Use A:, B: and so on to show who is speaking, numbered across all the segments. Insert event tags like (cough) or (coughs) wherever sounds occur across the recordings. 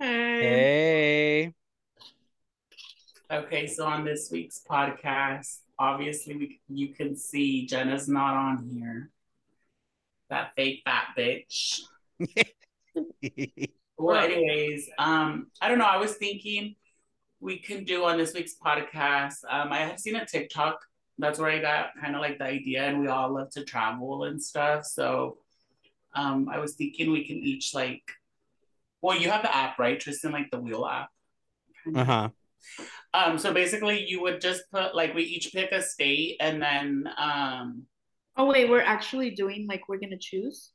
A: Eh.
B: Okay, so on this week's podcast, obviously we, you can see Jenna's not on here. That fake fat bitch. well, anyways, um, I don't know. I was thinking we can do on this week's podcast. Um, I have seen a TikTok. That's where I got kind of like the idea, and we all love to travel and stuff. So, um, I was thinking we can each like, well, you have the app, right, Tristan? Like the wheel app.
A: Uh huh.
B: Um, so basically, you would just put like we each pick a state, and then um,
C: Oh wait, we're actually doing like we're gonna choose.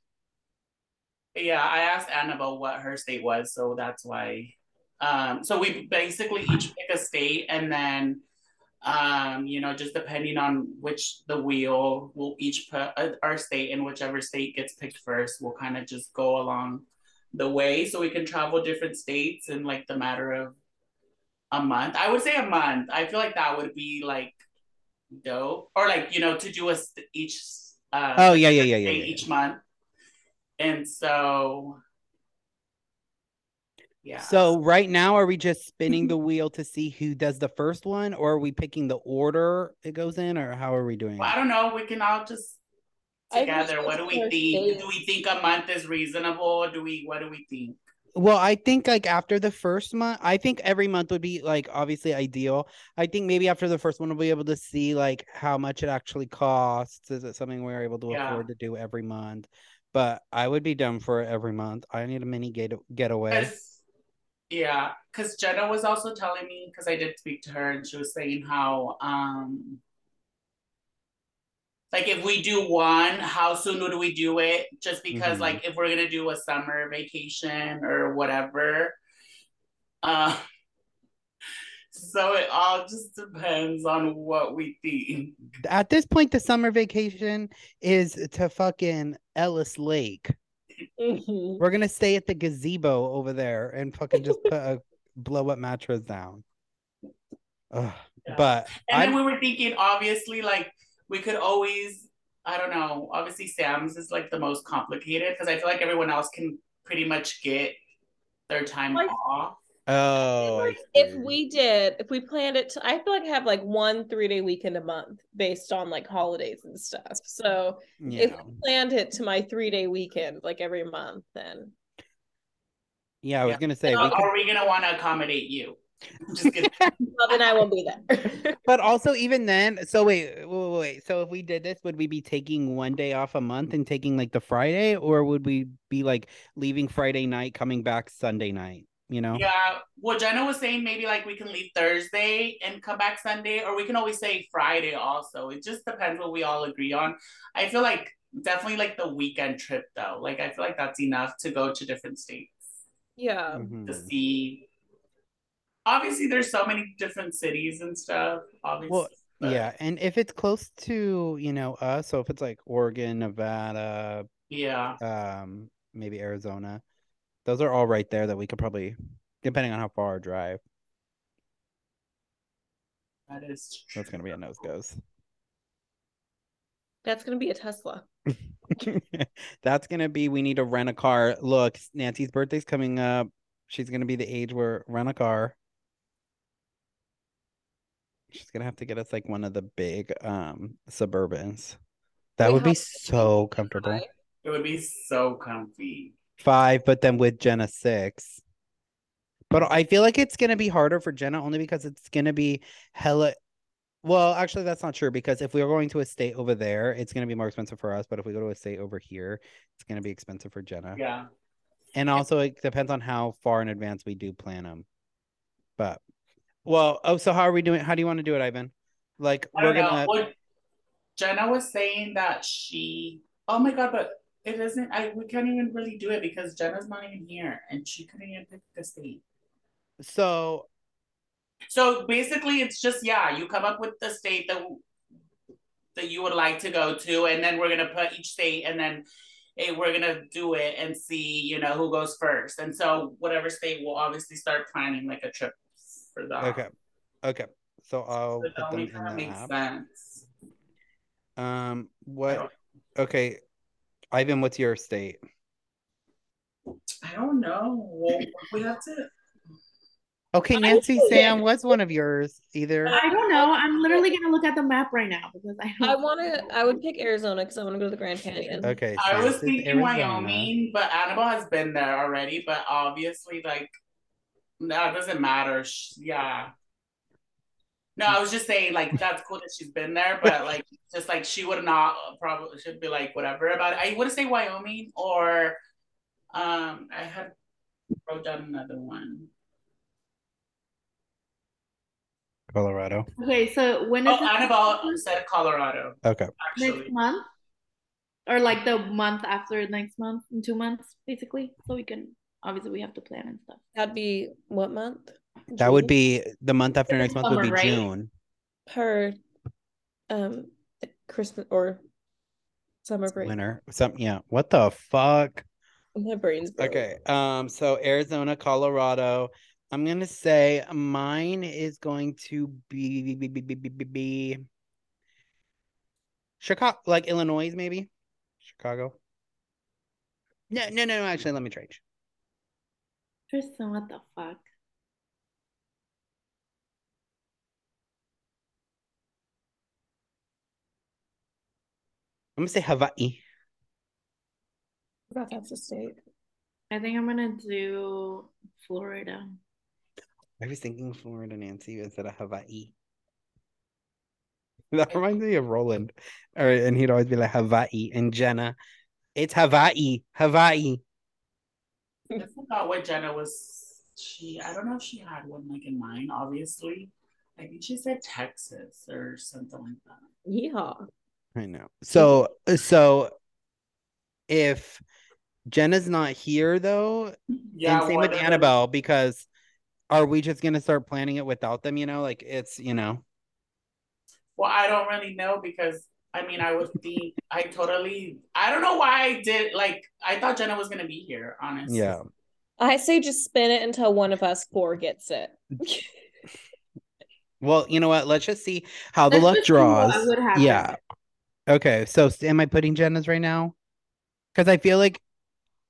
B: yeah, I asked Annabelle what her state was, so that's why. Um, so we basically
A: Mm-hmm.
B: each pick a state, and then um, you know, just depending on which the wheel, we'll each put uh, our state, and whichever state gets picked first, we'll kind of just go along the way, so we can travel different states in like the matter of a month. I would say a month. I feel like that would be like dope, or like you know, to do a st- each. Uh,
A: Oh yeah, yeah, yeah, yeah,
B: day
A: yeah.
B: each month. And so, yeah.
A: So right now, are we just
B: (clears throat)
A: spinning the wheel to see who does the first one, or are we picking the order it goes in, or how are we doing?
B: Well, I don't know. We can all just
D: I think
B: together. What do we
D: that's
B: think?
D: fair.
B: Do we think a month is reasonable? Do we? What do we think?
A: Well, I think like after the first month, I think every month would be like obviously ideal. I think maybe after the first one, we'll be able to see like how much it actually costs. Is it something we're able to
B: Yeah.
A: afford to do every month? But I would be done for it every month. I need a mini get- getaway.
B: 'Cause- yeah, because Jenna was also telling me because I did speak to her and she was saying how um. Like if we do one, how soon would we do it? Just because
A: Mhm.
B: like if we're gonna do a summer vacation or whatever. Uh, (laughs) so it all just depends on what we think.
A: At this point, the summer vacation is to fucking Ellis Lake.
D: Mhm.
A: We're gonna stay at the gazebo over there and fucking just put a blow up mattress down. Ugh,
B: Yeah.
A: But
B: And
A: I'm-
B: then we were thinking, obviously, like we could always, I don't know, obviously Sam's is like the most complicated because I feel like everyone else can pretty much get their time
D: Like-
B: off.
A: oh, I
D: Like, if
A: see.
D: we did, if we planned it, to, I feel like I have like one three day weekend a month based on like holidays and stuff. So if
A: yeah,
D: we planned it to my three day weekend like every month, then
A: yeah, I was
B: yeah.
A: gonna say, we
B: How
A: could,
B: are we gonna want to accommodate you? I'm Just
A: (laughs)
B: kidding.
D: well, then I won't be there.
A: but also even then, so wait, wait, wait, wait. So if we did this, would we be taking one day off a month and taking like the Friday, or would we be like leaving Friday night, coming back Sunday night? You know,
B: yeah. Well, Jenna was saying maybe like we can leave Thursday and come back Sunday, or we can always say Friday also. It just depends what we all agree on. I feel like definitely like the weekend trip though. Like I feel like that's enough to go to different states.
D: (laughs) yeah.
A: Mhm.
B: to see. Obviously, there's so many different cities and stuff. Obviously,
A: Well,
B: but-
A: yeah, and if it's close to you know us, so if it's like Oregon, Nevada,
B: yeah,
A: um maybe Arizona. Those are all right there that we could probably depending on how far our drive.
B: that is true.
A: That's gonna be a nose goes. (laughs)
D: That's gonna be a Tesla.
A: that's gonna be we need to rent a car. Look, Nancy's birthday's coming up. She's gonna be the age where rent a car. She's gonna have to get us like one of the big um suburbans. That
D: Wait,
A: would
D: how
A: be
D: much is it?
A: so comfortable.
D: Five?
B: It would be so comfy.
A: five, but then with Jenna six. But I feel like it's gonna be harder for Jenna only because it's gonna be hella. Well, actually, that's not true because if we are going to a state over there, it's gonna be more expensive for us. But if we go to a state over here, it's gonna be expensive for Jenna.
B: Yeah,
A: And also, it depends on how far in advance we do plan them. But well, oh, so how are we doing? How do you want to do it, Ivan? Like
B: I
A: we're
B: don't know.
A: gonna.
B: What Jenna was saying that she. Oh my god! But it isn't. I we can't even really do it because Jenna's not even here, and she couldn't even pick the state.
A: So
B: So basically, it's just yeah, you come up with the state that that you would like to go to, and then we're gonna put each state, and then eh, we're gonna do it and see you know who goes first. And so whatever state will obviously start planning like a trip for that.
A: okay, okay. So
B: Ah. So
A: I'll
B: that
A: put them
B: only
A: in
B: kind of
A: the
B: makes
A: app.
B: sense.
A: Um,
B: I
A: what?
B: don't,
A: Okay, Ivan, what's your state?
B: I don't know. Well, we have to.
A: Okay, Nancy Sam, what's one of yours? Either
C: I don't know. I'm literally gonna look at the map right now because I.
D: I
C: don't-
D: want to. I would pick Arizona because I want to go to the Grand Canyon.
A: okay.
B: I
A: so
B: was
A: it's
B: thinking
A: Arizona.
B: Wyoming, but Annabelle has been there already. But obviously, like that doesn't matter. Sh- yeah. No, I was just saying, like that's cool that she's been there, but like just like she would not probably should be like whatever about it. I would say Wyoming or um I had wrote down another one.
A: Colorado.
C: Okay, so when is
B: Oh,
C: it- (laughs)
B: Annabelle said Colorado.
A: Okay.
B: Actually,
C: next month, or like the month after next month, in two months, basically. So we can obviously we have to plan and stuff.
D: That'd be what month?
A: That would
D: June?
A: be the month after next month would be
C: Summer, right?
A: June.
D: her um Christmas or summer break.
A: Winter. Some yeah. What the fuck?
D: My brain's broke.
A: Okay. Um, so Arizona, Colorado. I'm gonna say mine is going to be, be, be, be, be, be, be Chicago, like Illinois, maybe Chicago. No, no, no, no. Actually, let me change.
C: Tristan, what the fuck?
A: I'm gonna say Hawaii.
D: I forgot that's a state.
C: I think I'm gonna do Florida.
A: I was thinking Florida, Nancy, instead of Hawaii. (laughs) That reminds me of Roland. All right, and he'd always be like Hawaii and Jenna. It's Hawaii, Hawaii.
B: I forgot what Jenna was. She I don't know if she had one like in mind. Obviously, I think she said Texas or something like that.
D: Yeehaw.
A: I know. So, so if Jenna's not here though, and same
B: what
A: with
B: are the-
A: Annabelle, because are we just gonna start planning it without them? You know, like it's you know,
B: Well, I don't really know because I mean, I would think I totally. I don't know why I did. Like, I thought Jenna was gonna be here. Honestly,
A: yeah.
D: I say just spin it until one of us four gets it.
A: Well, you know what? Let's just see how Oh, the
C: Let's
A: luck
C: just see what
A: draws.
C: would happen.
A: Yeah. Okay. So s- am I putting Jenna's right now? Because I feel like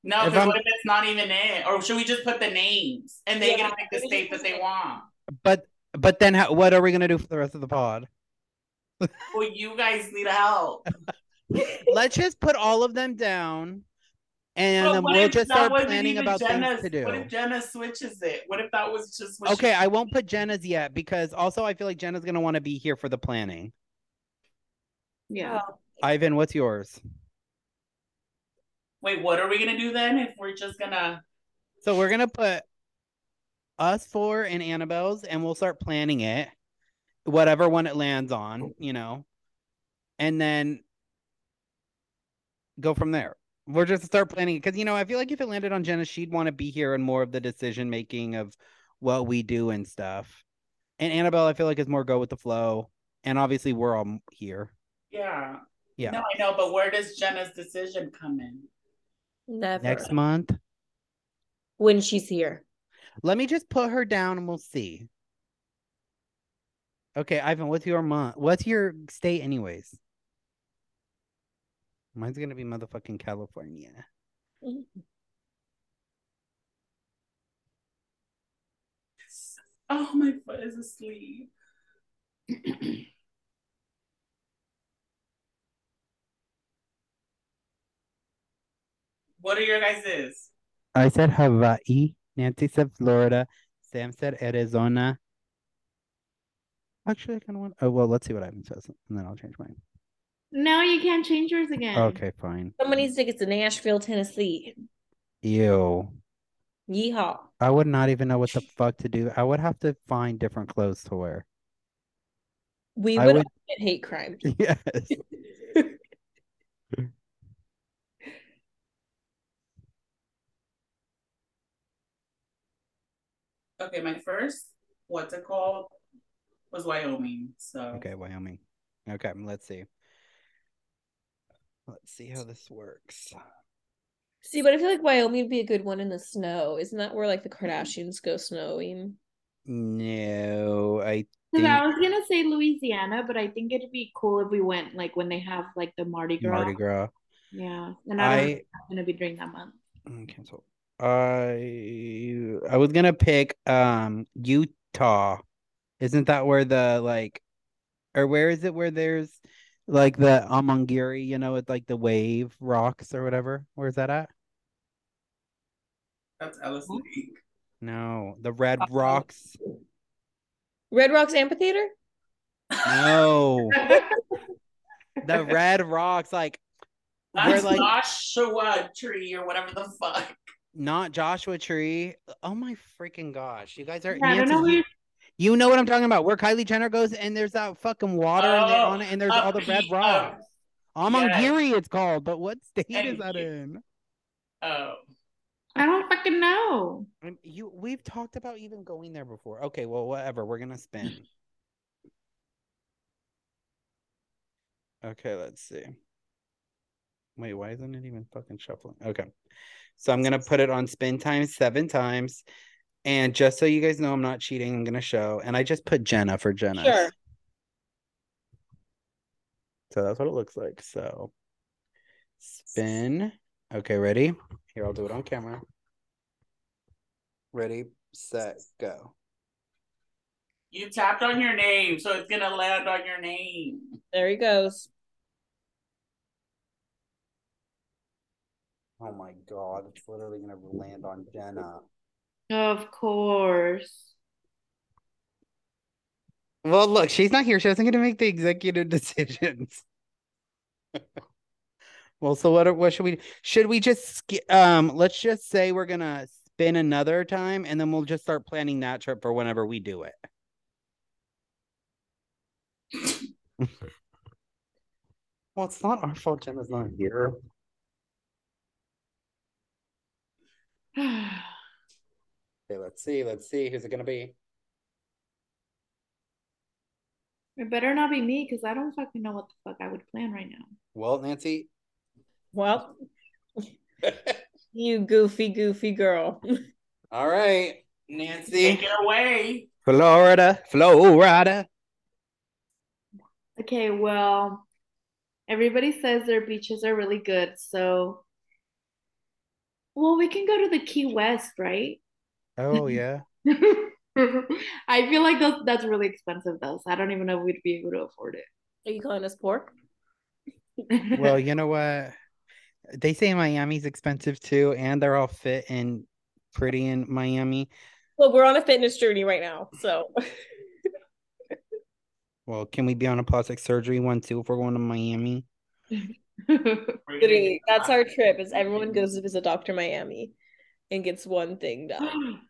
B: No,
A: If
B: because
A: I'm-
B: what if it's not even it? Or should we just put the names and they
D: Yeah,
B: can pick the
D: we
B: state
D: just-
B: that they want?
A: but but then how, what are we gonna do for the rest of the pod?
B: Well, you guys need help.
A: Let's just put all of them down and
B: But
A: then
B: what
A: we'll
B: if
A: just
B: that
A: start
B: wasn't
A: planning
B: even
A: about
B: Jenna's-
A: things to
B: What
A: do.
B: if Jenna switches it? What if that was just what she-
A: Okay, I won't put Jenna's yet because also I feel like Jenna's gonna want to be here for the planning.
C: Yeah.
B: Oh.
A: Ivan, what's yours?
B: Wait, what are we gonna do then if we're just gonna?
A: So we're gonna put us four and Annabelle's, and we'll start planning it, whatever one it lands on, you know, and then go from there. We're just start planning because you know I feel like if it landed on Jenna, she'd want to be here and more of the decision making of what we do and stuff. And Annabelle, I feel like is more go with the flow, and obviously we're all here.
B: Yeah.
A: Yeah.
B: No, I know, but where does Jenna's decision come in?
D: Never.
A: Next month,
D: When she's here.
A: let me just put her down and we'll see. Okay, Ivan, what's your month? What's your state, anyways? Mine's gonna be motherfucking California.
B: Oh, my foot is asleep. (clears throat) what are your guys's?
A: I said Hawaii. Nancy said Florida. Sam said Arizona. Actually, I kind of want. Oh well, let's see what Ivan says, and then I'll change mine.
C: No, you can't change yours again.
A: Okay, fine.
D: Someone needs tickets to Nashville, Tennessee.
A: Ew.
D: Yeehaw.
A: I would not even know what the fuck to do. I would have to find different clothes to wear. (laughs)
D: We
A: I
D: would,
A: would-
D: admit hate crime.
A: Yes.
B: Okay, my first, what's it called? Was Wyoming. So
C: Um,
A: Okay, Wyoming. Okay, let's see. Let's see how this works.
D: See, but I feel like Wyoming would be a good one in the snow. Isn't that where like the Kardashians go snowing?
A: No, I
C: 'Cause I
A: think
C: was gonna say Louisiana, but I think it'd be cool if we went like when they have like the Mardi Gras.
A: Mardi Gras.
C: Yeah, and I don't know if (laughs)
A: I
C: it's gonna be during that month.
A: mm, cancel. I I was gonna pick um Utah. Isn't that where the like or where is it where there's like the Amangiri, you know, with like the wave rocks or whatever? Where's that at?
B: That's Ellis Lake.
A: No, the red
C: Uh,
D: Oh.
A: rocks.
D: Red Rocks Amphitheater?
A: No, the red rocks, like where
B: That's
A: like
B: Joshua Tree or whatever the fuck.
A: not Joshua Tree. Oh my freaking gosh, you guys are.
C: I don't
A: Nancy,
C: know where
A: you,
C: you're
A: you know what I'm talking about? Where Kylie Jenner goes, and there's that fucking water in there
B: Oh,
A: on it, and there's
B: up
A: all the red
B: (laughs) he-
A: rocks. Amangiri, it's called, but what state is
B: Thank
A: that
B: you.
A: in?
B: Oh,
C: I don't fucking know.
A: Um, You we've talked about even going there before. Okay, well, whatever. We're gonna spin. Okay, let's see. Wait, why isn't it even fucking shuffling? Okay. So I'm gonna put it on spin time seven times. And just so you guys know I'm not cheating, I'm gonna show. And I just put Jenna for Jenna.
D: Sure.
A: So that's what it looks like. So spin. Okay, ready? Here, I'll do it on camera. Ready, set, go.
B: you tapped on your name, so it's gonna land on your name.
D: There he goes.
A: Oh my god, it's literally gonna land on Jenna.
C: Of course. (sighs)
A: Well, look, she's not here. She wasn't gonna make the executive (laughs) decisions. well, so what? What should we? Should we just sk- um? Let's just say we're gonna spin another time, and then we'll just start planning that trip for whenever we do it. (laughs) well, it's not our fault. Jenna's not here. Okay, let's see. Let's see. Who's it gonna be?
C: It better not be me because I don't fucking know what the fuck I would plan right now.
A: Well, Nancy.
D: Well, you goofy, goofy girl.
A: All right, Nancy.
B: Take it away.
A: Florida, Florida.
C: Okay, well, everybody says their beaches are really good, so well, we can go to the Key West, right?
A: Oh yeah.
C: (laughs) I feel like those, that's really expensive though, so I don't even know if we'd be able to afford
D: Are you calling us pork?
C: it.
A: well, you know what? They say Miami's expensive too, and they're all fit and pretty in Miami.
D: Well, we're on a fitness journey right now. So (laughs)
A: Well, can we be on a plastic surgery one too if we're going to Miami?
B: We're gonna
D: Literally,
B: get
D: that's
B: that.
D: our trip is everyone goes to visit Dr. Miami and gets one thing done.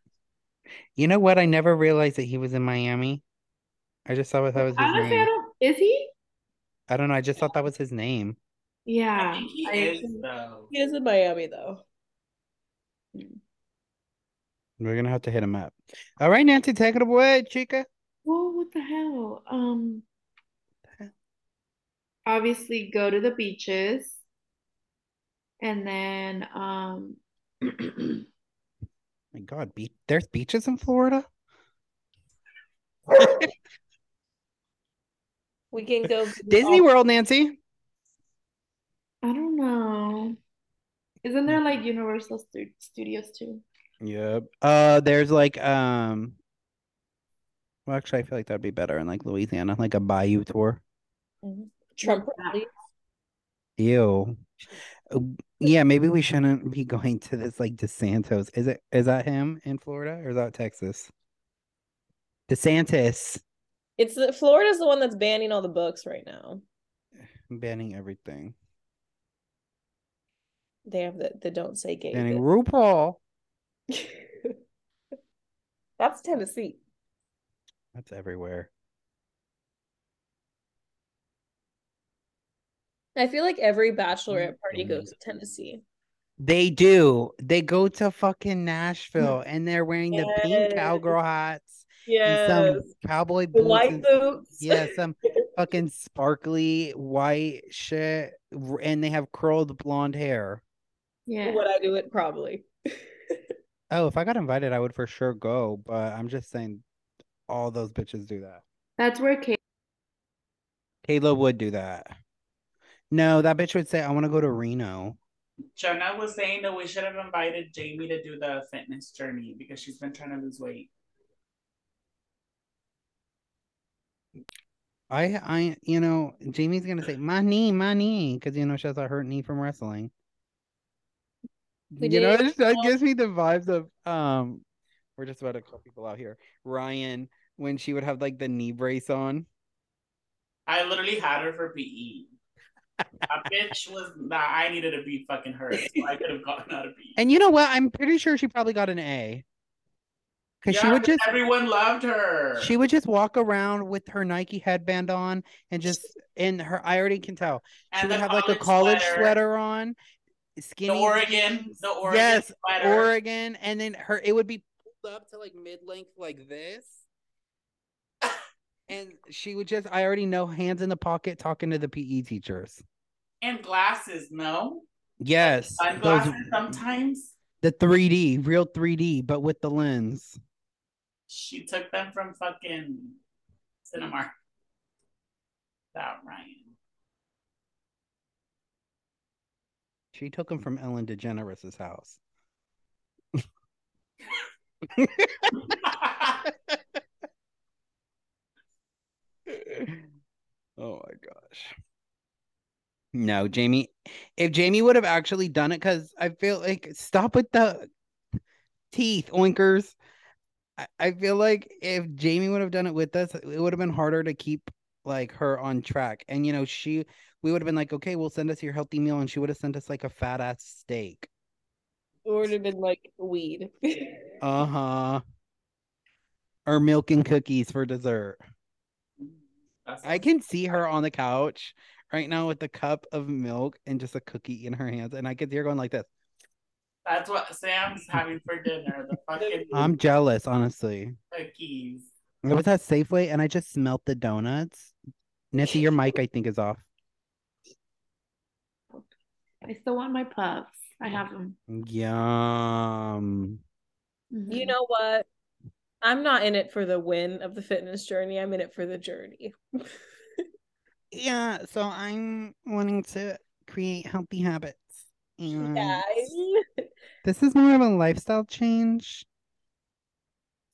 A: You know what? I never realized that he was in Miami. I just thought that was
C: (laughs)
A: his
C: Honestly, I
A: name.
C: don't. Is he?
A: I don't know. I just thought that was his name.
B: I
C: Yeah.
B: think he
C: I
B: is
C: actually-
B: though.
D: He is in Miami though.
A: We're gonna have to hit him up. All right, Nancy, take it away, chica.
C: Well, what the hell? Um,
A: The hell?
C: obviously go to the beaches and then um (clears throat)
A: My God, be- there's beaches in Florida.
D: We
A: (laughs)
D: can go
A: Disney World, Nancy.
C: I don't know. Isn't there like Universal Stu- Studios too?
A: Yep. Uh, there's like um. Well, actually, I feel like that'd be better in like Louisiana, like a bayou tour.
D: Trump rally.
A: Ew. Uh, Yeah, maybe we shouldn't be going to this like DeSantos. Is it is that him in Florida or is that Texas? DeSantis
D: It's the, Florida's the one that's banning all the books right now.
A: banning everything,
D: They have the, the don't say gay.
A: banning
D: bit.
A: RuPaul.
D: (laughs) that's Tennessee.
A: That's everywhere.
D: I feel like every bachelorette party
A: Mhm.
D: goes to Tennessee.
A: They do. They go to fucking Nashville and they're wearing the pink
D: Mm. Yes.
A: cowgirl hats and some cowboy
D: The
A: boots.
D: white
A: and-
D: boots.
A: (laughs) Yeah, some fucking sparkly white shit, r- and they have curled blonde hair.
C: Yeah.
D: (laughs) Would I do it? Probably.
A: Oh, if I got invited, I would for sure go, but I'm just saying all those bitches do that.
C: That's where Kate
A: Kayla would do that. No, that bitch would say, I want to go to Reno.
B: Jenna was saying that we should have invited Jamie to do the fitness journey because she's been trying to lose weight.
A: I, I, you know, Jamie's gonna say my knee, my knee, because you know she has a hurt knee from wrestling.
D: We
A: you know
D: did.
A: that- that gives me the vibes of um, we're just about to call people out here. Ryan, when she would have like the knee brace on.
B: I literally had her for PE.
A: (laughs)
B: That bitch was that I needed to be fucking hurt, so I could have gotten out of E. PE.
A: And you know what? I'm pretty sure she probably got an A. Cause she
B: Yeah,
A: would just
B: everyone loved her.
A: she would just walk around with her Nike headband on and just and her I already can tell. She would
B: the
A: have like a college sweater, on,
B: The
A: skinny
B: Oregon, the Oregon
A: Yes,
B: sweater.
A: Oregon, and then her it would be pulled up to like mid length like this. And she would just I already know hands in the pocket talking to the PE teachers.
B: and glasses, no?
A: Yes. Those,
B: Sunglasses sometimes.
A: the 3D, real 3D, but with the lens.
B: She took them from fucking Cinemark. That Ryan. (laughs)
A: She took him from Ellen DeGeneres' house. Oh my gosh. No, Jamie. If Jamie would have actually done it, because I feel like stop with the teeth, oinkers. I, I feel like if Jamie would have done it with us, it would have been harder to keep like her on track. And you know, she we would have been like, okay, we'll send us your healthy meal, and she would have sent us like a fat ass steak.
D: It would have been like weed. (laughs)
A: Uh huh. Or milk and cookies for dessert.
B: That's-
A: I can see her on the couch right now with a cup of milk and just a cookie in her hands, and I could see her going like this.
B: That's what Sam's having for dinner. The fucking
A: (laughs) I'm jealous, honestly.
B: cookies.
A: I was at Safeway and I just smelt the donuts. Nissy, your mic I think is off.
C: I still want my puffs. I have them.
A: Yum.
C: Mm-hmm.
D: You know what? I'm not in it for the win of the fitness journey. I'm in it for the journey.
A: Yeah, so I'm wanting to create healthy habits. And
D: Guys.
A: This is more of a lifestyle change.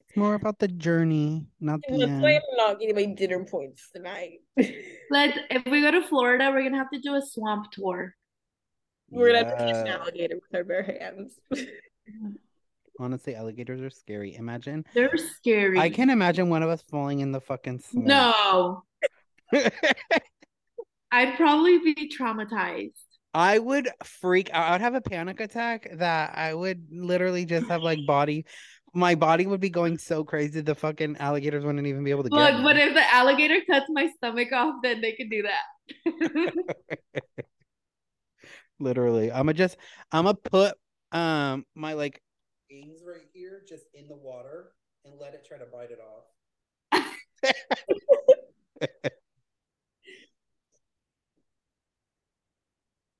A: It's more about the journey, not the
D: That's why
A: end.
D: I'm not getting my dinner points tonight. (laughs)
C: Let if we go to Florida, we're gonna have to do a swamp tour.
D: We're gonna have to catch an
A: Yeah.
D: alligator with our bare hands.
A: Honestly, alligators are scary. Imagine
C: They're scary.
A: I can imagine one of us falling in the fucking swamp.
C: No, I'd probably be traumatized.
A: (laughs) I would freak out. I would have a panic attack that I would literally just have like body my body would be going so crazy the fucking alligators wouldn't even be able to
C: Look,
A: get
C: but
A: me.
C: if the alligator cuts my stomach off, then they could do that. (laughs)
A: literally. I'ma just I'ma put um my like wings right here just in the water and let it try to bite it off.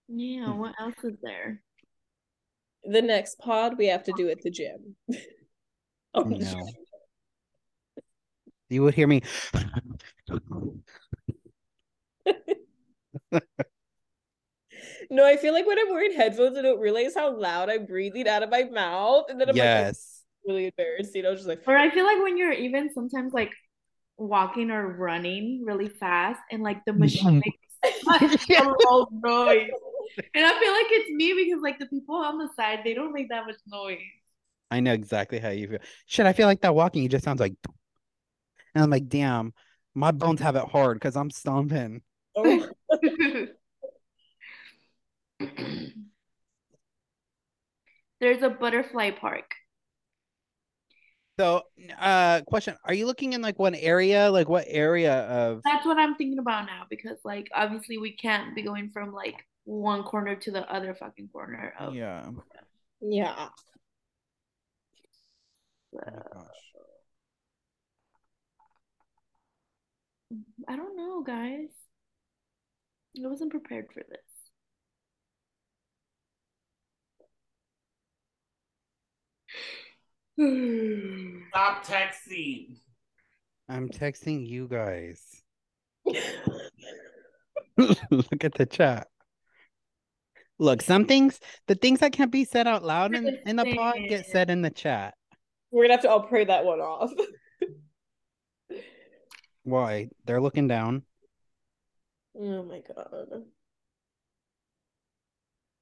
C: yeah, what else is there?
D: the next pod we have to do at the gym. (laughs) oh
A: No. You would hear me.
D: No, I feel like when I'm wearing headphones, I don't realize how loud I'm breathing out of my mouth, and then I'm like,
A: yes.
D: "That's really embarrassed. You know, just like
C: Or I feel like when you're even sometimes like walking or running really fast and like the machine makes (laughs) such a loud noise. And I feel like it's me because like the people on the side, they don't make that much noise.
A: I know exactly how you feel. Shit, I feel like that walking, you just sounds like and I'm like, damn, my bones have it hard because I'm stomping.
D: oh,
C: (laughs) There's a butterfly park.
A: So, uh, question: Are you looking in like one area? Like what area of?
C: That's what I'm thinking about now because like obviously we can't be going from like one corner to the other fucking corner of
A: Yeah.
D: yeah. (laughs)
A: Oh my
C: the-
A: gosh.
C: I don't know, guys. I wasn't prepared for this. (sighs) Oh
B: Stop texting.
A: I'm texting you guys. (laughs) Look at the chat. Look, some things, the things that can't be said out loud in, in the pod get said in the chat.
D: We're gonna have to all pray that one off. (laughs)
A: Why? They're looking down. (sighs)
D: oh my god.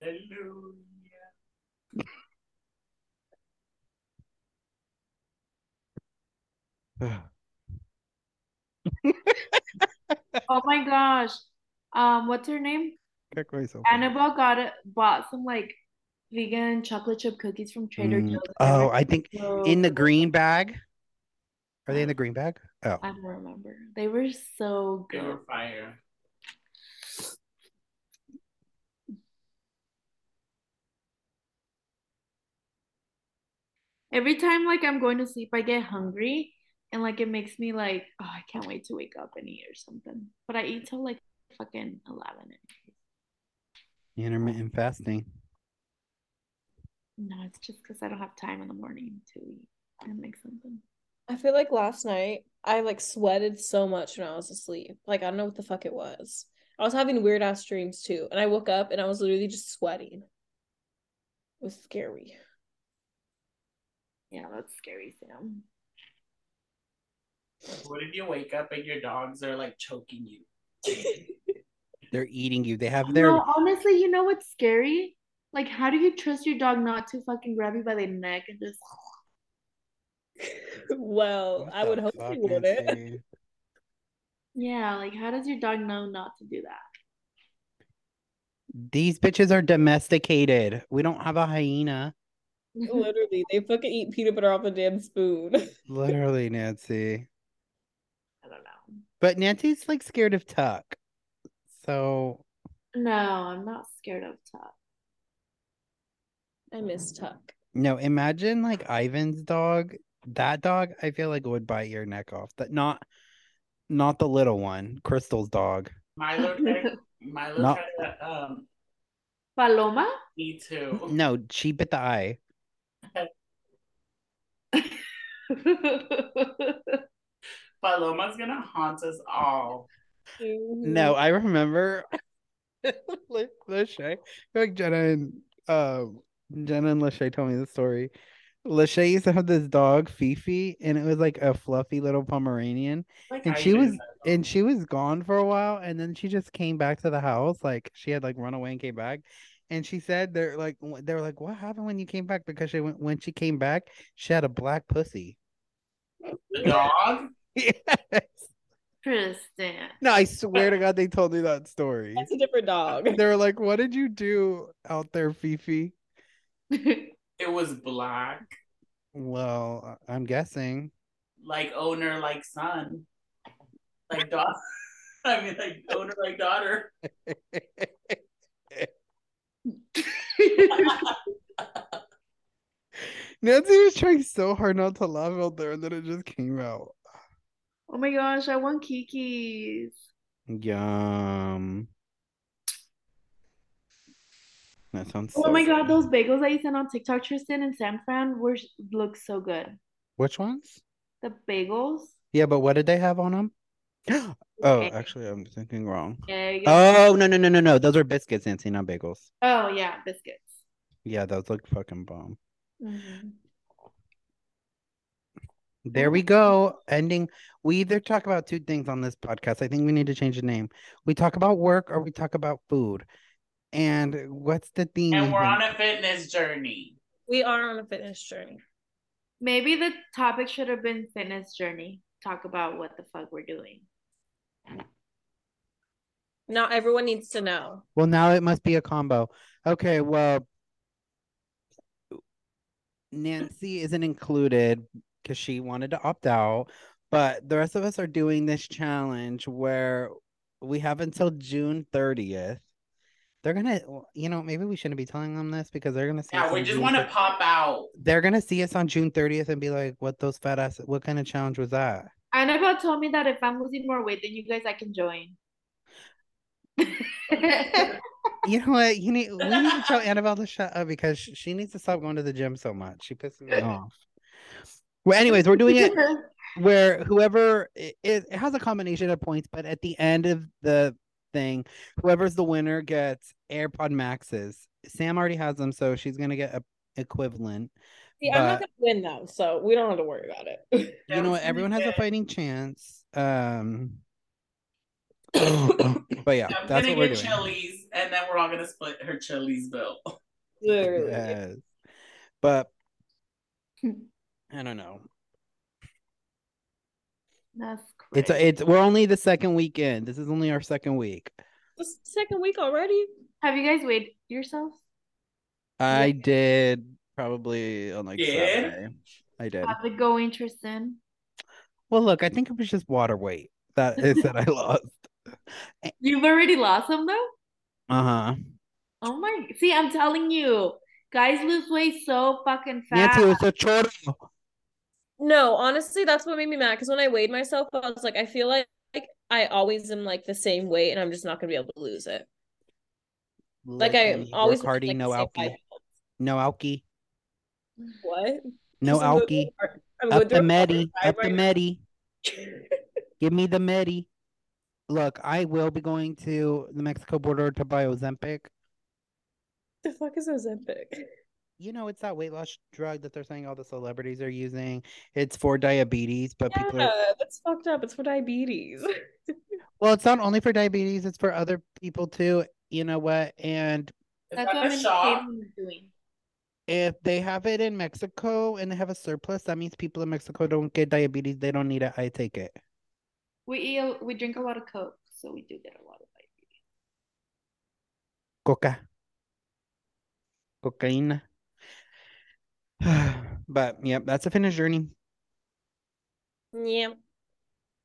B: Hello.
C: Oh my gosh. Um, what's her name?
A: Kick myself.
C: Annabelle got a, bought some like vegan chocolate chip cookies from Trader
A: Mm.
C: Joe's.
A: Oh, I think
C: So-
A: in the green bag. Are they in the green bag? Oh.
C: I don't remember. They were so
B: They
C: good.
B: were fire.
C: Every time like I'm going to sleep, I get hungry and like it makes me like, oh, I can't wait to wake up and eat or something. But I eat till like fucking 11.
A: Intermittent fasting.
C: No, it's just because I don't have time in the morning to eat and make something.
D: I feel like last night I like sweated so much when I was asleep. Like I don't know what the fuck it was. I was having weird ass dreams too, and I woke up and I was literally just sweating. It was scary. (laughs)
C: Yeah, that's scary, Sam.
B: What if you wake up and your dogs are like choking you?
A: They're eating you. They have their
C: No,
A: (laughs)
C: honestly, you know what's scary? Like, how do you trust your dog not to fucking grab you by the neck and just
D: well,
A: What
D: I
A: the
D: would hope
A: fuck,
D: you wouldn't.
A: Nancy?
C: Yeah, like how does your dog know not to do that?
A: These bitches are domesticated. We don't have a hyena.
D: (laughs) Literally, they fucking eat peanut butter off a damn spoon. (laughs)
A: Literally, Nancy.
C: (laughs) I don't know.
A: But Nancy's like scared of Tuck. So
C: No, I'm not scared of Tuck.
D: I miss Tuck.
A: no, imagine like Ivan's dog. That dog, I feel like would bite your neck off. That not not the little one, Crystal's dog.
B: Milo
A: (laughs)
B: tried, Milo
A: No.
B: tried to, um,
A: (laughs)
C: Paloma?
B: me too.
A: No, she bit the eye.
B: Paloma's gonna haunt us all.
A: No, I remember (laughs) like Lachey. Like Jenna and um Jenna and Lachey told me the story. Lachey used to have this dog, Fifi, and it was like a fluffy little Pomeranian.
B: Like
A: And
B: I
A: she
B: did
A: was-
B: that, though.
A: And she was gone for a while and then she just came back to the house. Like she had like run away and came back. And she said they're like w- they were like, What happened when you came back? Because she went when she came back, she had a black pussy. (laughs)
B: the dog.
A: Yes. (laughs)
C: Tristan. (laughs)
A: No, I swear to God they told me that story.
D: Mm-hmm. That's a
A: (laughs)
D: different dog.
A: They were like, What did you do out there, Fifi?
B: It was black,
A: Well, I- I'm guessing. (laughs)
B: like owner, like son, like dog. (laughs) I mean, like owner, like daughter.
A: Nancy was trying so hard not to laugh out there, and then it just came out.
C: oh my gosh, I want Kiki's.
A: Yum. That sounds.
C: Oh
A: so
C: my god,
A: good.
C: those bagels I you sent on TikTok, Tristan and San Fran were look so good.
A: Which ones?
C: The bagels.
A: Yeah, but what did they have
C: (gasps)
A: on them? oh,
C: Egg-
A: actually, I'm thinking wrong.
C: egg-
A: Oh no no no no no! Those are biscuits, Nancy, not bagels.
C: Oh yeah, biscuits.
A: Yeah, those look fucking bomb.
D: Mm-hmm.
C: Mhm.
A: There
B: Mm-hmm.
A: we go. Ending. We either talk about two things on this podcast. I think we need to change the name. We talk about work or we talk about food. And what's the theme?
B: And we're on a fitness journey.
D: We are on a fitness journey.
C: Maybe the topic should have been fitness journey. Talk about what the fuck we're doing.
D: Not everyone needs to know.
A: well, now it must be a combo. Okay, well, Nancy isn't included because she wanted to opt out, but the rest of us are doing this challenge where we have until June 30th. They're gonna, you know, maybe we shouldn't be telling them this because they're gonna. see us
B: Yeah, we
A: on
B: just
A: June
B: want to
A: 30th.
B: pop out.
A: they're gonna see us on June 30th and be like, "What those fat ass? What kind of challenge was that?"
C: Annabelle told me that if I'm losing more weight than you guys, I
B: (laughs)
C: can join.
A: You know what? You need we need to
B: (laughs)
A: tell Annabelle to shut up because sh- she needs to stop going to the gym so much. She
B: (laughs)
A: pisses me off. Well, anyways, we're doing it where whoever it, it has a combination of points, but at the end of the thing, whoever's the winner gets AirPod Maxes. Sam already has them, so she's gonna get a equivalent.
D: See, I'm not
A: But-
D: gonna win though, so we don't have to worry about it.
A: you know what?
B: Definitely
A: Everyone has a
B: good.
A: fighting chance.
B: (coughs)
A: Um, (coughs) but yeah,
B: I'm
A: that's
B: gonna
A: what we're
B: get
A: doing.
B: chilies, and then we're all gonna split her chilies bill.
D: (laughs)
B: (laughs)
D: Literally.
A: Yes. But I don't know.
C: (laughs) That's crazy.
A: It's it's we're only the second weekend. This is only our second week.
D: This is the second week already.
C: Have you guys weighed yourselves?
A: I did probably on like
B: Did?
A: Saturday. I did.
C: How's it going, Tristan?
A: Well, look, I think it was just water weight that (laughs) is that I lost.
C: You've already lost some though?
A: Uh huh.
C: Oh my. See, I'm telling you, guys lose weight so fucking fast.
A: Nancy it was a chorro.
D: No, honestly, that's what made me mad. Because when I weighed myself, I was like, I feel like, like I always am like the same weight, and I'm just not gonna be able to lose it. Like I
A: Listen,
D: always
A: work hardy,
D: weighed, like,
A: no
D: the same
A: alky,
D: five
A: no alky,
D: pounds. What?
A: no
D: Just I'm going
A: alky.
D: through- I'm
A: Up
D: going through
A: the
D: a hard
A: medi,
D: time
A: up the
D: right now.
A: medi. Give me the medi. Look, I will be going to the Mexico border to buy Ozempic.
D: (laughs) the fuck is Ozempic?
A: You know, it's that weight loss drug that they're saying all the celebrities are using. It's for diabetes, but people are
D: Yeah, that's fucked up. It's
A: (laughs)
D: for diabetes.
A: well, it's not only for diabetes, it's for other people too. You know what? And
B: Is
C: That's
B: that
C: what
B: a
C: many
B: shock?
C: Asians are doing.
A: if they have it in Mexico and they have a surplus, that means people in Mexico don't get diabetes. They don't need it. I take it.
C: We eat, a- we drink a lot of Coke, so we do get a lot of diabetes.
A: Coca. Cocaine. (sighs) But yep, that's a finished journey.
D: yeah.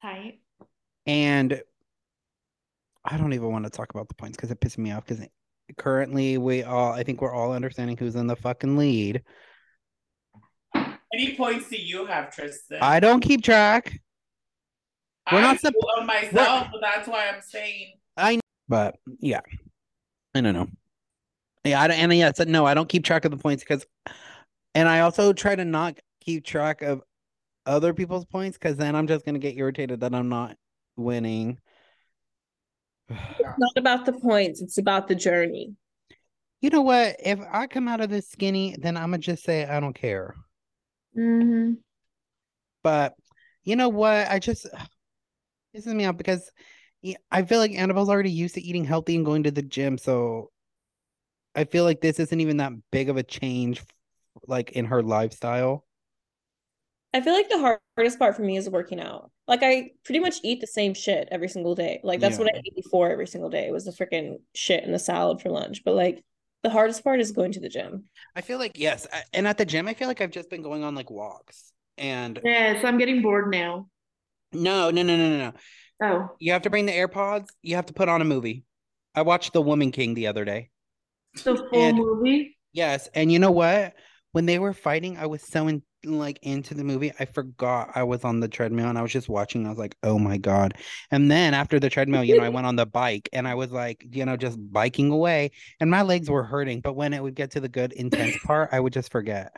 C: Tight.
A: And I don't even want to talk about the points because it pisses me off. Because currently, we all, I think we're all understanding who's in the fucking lead.
B: Any points do you have, Tristan?
A: I don't keep track, we're
B: I
A: not
B: do
A: supp-
B: of myself, but that's why I'm saying
A: but yeah, I don't know. Yeah, I don't, and yes, no, I don't keep track of the points because, and I also try to not keep track of other people's points because then I'm just going to get irritated that I'm not winning. (sighs)
D: It's not about the points, it's about the journey.
A: You know what? If I come out of this skinny, then I'm gonna just say I don't care.
C: Mm-hmm.
A: But you know what? I just pisses me out because y- I feel like Annabelle's already used to eating healthy and going to the gym, so I feel like this isn't even that big of a change, like in her lifestyle.
D: I feel like the hardest part for me is working out. Like I pretty much eat the same shit every single day. Like that's what I ate before every single day was the freaking shit and the salad for lunch. But like the hardest part is going to the gym.
A: I feel like yes, I, and at the gym, I feel like I've just been going on like walks. And
C: Yes, I'm getting bored now.
A: no, no, no, no, no, no.
C: Oh,
A: You have to bring the AirPods. You have to put on a movie. I watched The Woman King the other day.
C: the full
A: And-
C: movie?
A: Yes, and you know what? When they were fighting, I was so in, like into the movie, I forgot I was on the treadmill and I was just watching. I was like, "Oh my god!" And then after the treadmill, (laughs) you know, I went on the bike and I was like, you know, just biking away, and my legs were hurting. But when it would get to the good intense part, I would just forget.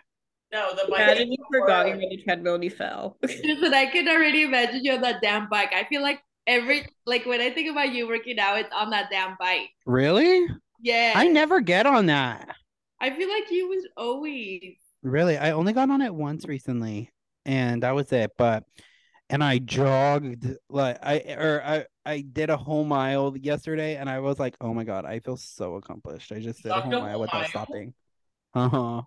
B: no. The bike
D: Imagine you forgot you were on the treadmill and you fell.
C: But I can already imagine you on that damn bike. I feel like every, like when I think about you working out, it's on that damn bike.
A: Really?
C: Yeah.
A: I never get on that.
C: I feel like you was always.
A: Really, I only got on it once recently, and that was it. But and I jogged like I or I I did a whole mile yesterday, and I was like, oh my god, I feel so accomplished. I just did a
B: Jogged
A: whole
B: a
A: mile,
B: whole
A: without
B: mile?
A: stopping. Uh huh.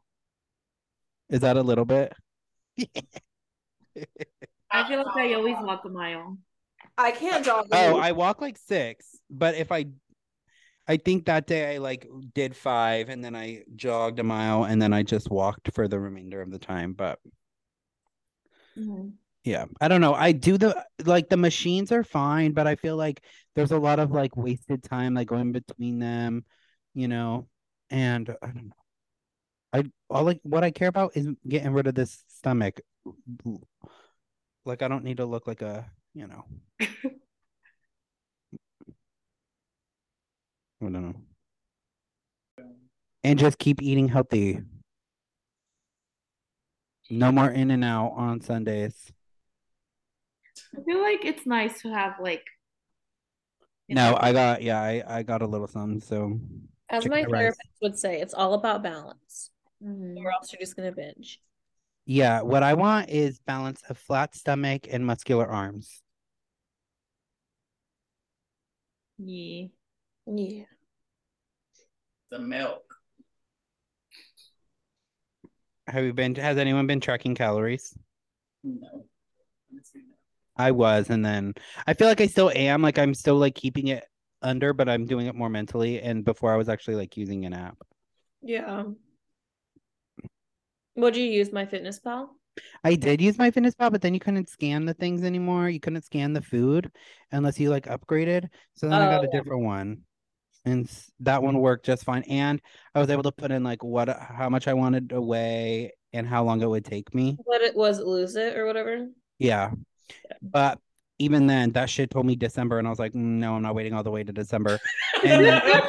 A: Is that a little bit? (laughs)
C: I feel like I always walk a mile.
D: I can't jog.
A: Oh, I walk like six, but if I, I think that day I like did five, and then I jogged a mile, and then I just walked for the remainder of the time. But
C: Mm-hmm.
A: Yeah, I don't know. I do the like the machines are fine, but I feel like there's a lot of like wasted time like going between them, you know. And I don't know. I all like what I care about is getting rid of this stomach. Like I don't need to look like a, you know. I don't know. And just keep eating healthy. No more in and out on Sundays.
C: I feel like it's nice to have like. you
A: No,
C: know,
A: I got yeah, I, I got a little something, so
D: As
A: Chicken
D: my
A: and rice.
D: therapist would say, it's all about balance,
A: (laughs)
C: Mhm.
D: or else you're just gonna binge.
A: Yeah, what I want is balance of flat stomach and muscular arms.
C: Yeah. (laughs)
D: Yeah.
B: The milk.
A: Have you been? Has anyone been tracking calories?
B: No. (laughs)
A: I was, and then I feel like I still am. Like I'm still like keeping it under, but I'm doing it more mentally. And before I was actually like using an app.
D: Yeah. Would you use my fitness pal?
A: I did use my fitness pal, but then you couldn't scan the things anymore. You couldn't scan the food unless you like upgraded. So then I got
D: Oh,
A: a different one. And s- that one worked just fine. And I was able to put in like what how much I wanted away and how long it would take me.
D: What it was lose it or whatever.
A: Yeah. But even then, that shit told me December, and I was like, "Mm, no, I'm not waiting all the way to December.
C: (laughs)
A: And then,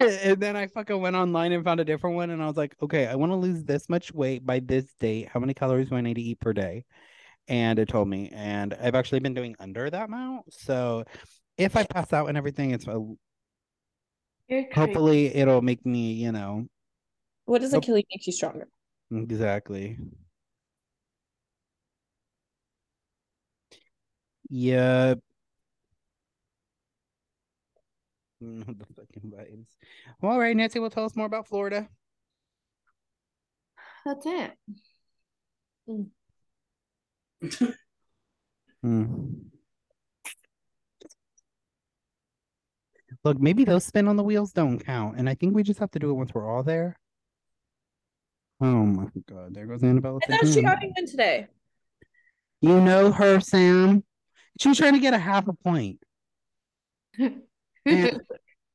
A: and then I fucking went online and found a different one, and I was like, okay, I want to lose this much weight by this date. How many calories do I need to eat per day? And it told me, and I've actually been doing under that amount. So if I pass out and everything, it's a,
C: You're crazy.
A: hopefully it'll make me, you know,
D: What doesn't
A: Nope.
D: kill you makes you stronger.
A: exactly. Yeah. (laughs) the fucking vibes. Well, all right, Nancy will tell us more about Florida.
C: That's it.
A: Mm. Look, maybe those spin on the wheels don't count, and I think we just have to do it once we're all there. Oh my god, there goes Annabelle. with
D: I
A: the
D: thought she
A: gun.
D: already went today.
A: You know her, Sam. She was trying to get a half a
B: (laughs)
A: point. And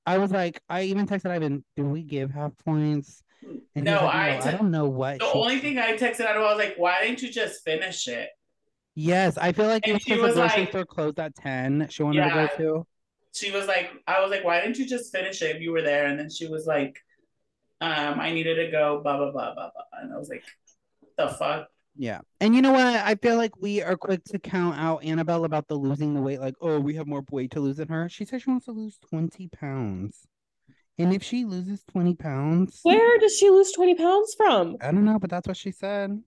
A: I was like, I even texted Ivan, do we give half points? And he
B: No,
A: was like,
B: I
A: I
B: te-
A: don't know what.
B: the
A: she-"
B: only thing I texted out of I was like, why didn't you just finish it?
A: Yes, I feel like
B: And
A: you're
B: she
A: supposed to
B: was
A: grocery
B: like-
A: store closed at 10. She wanted
B: Yeah.
A: to go to.
B: She was like, I was like, why didn't you just finish it if you were there? And then she was like, um, I needed to go, blah blah blah blah blah. And I was like, the fuck?
A: Yeah. And you know what? I feel like we are quick to count out Annabelle about the losing the weight. Like, oh, we have more weight to lose than her. She said she wants to lose 20 pounds. And if she loses 20 pounds,
D: Where does she lose 20 pounds from?
A: I don't know, but that's what she said.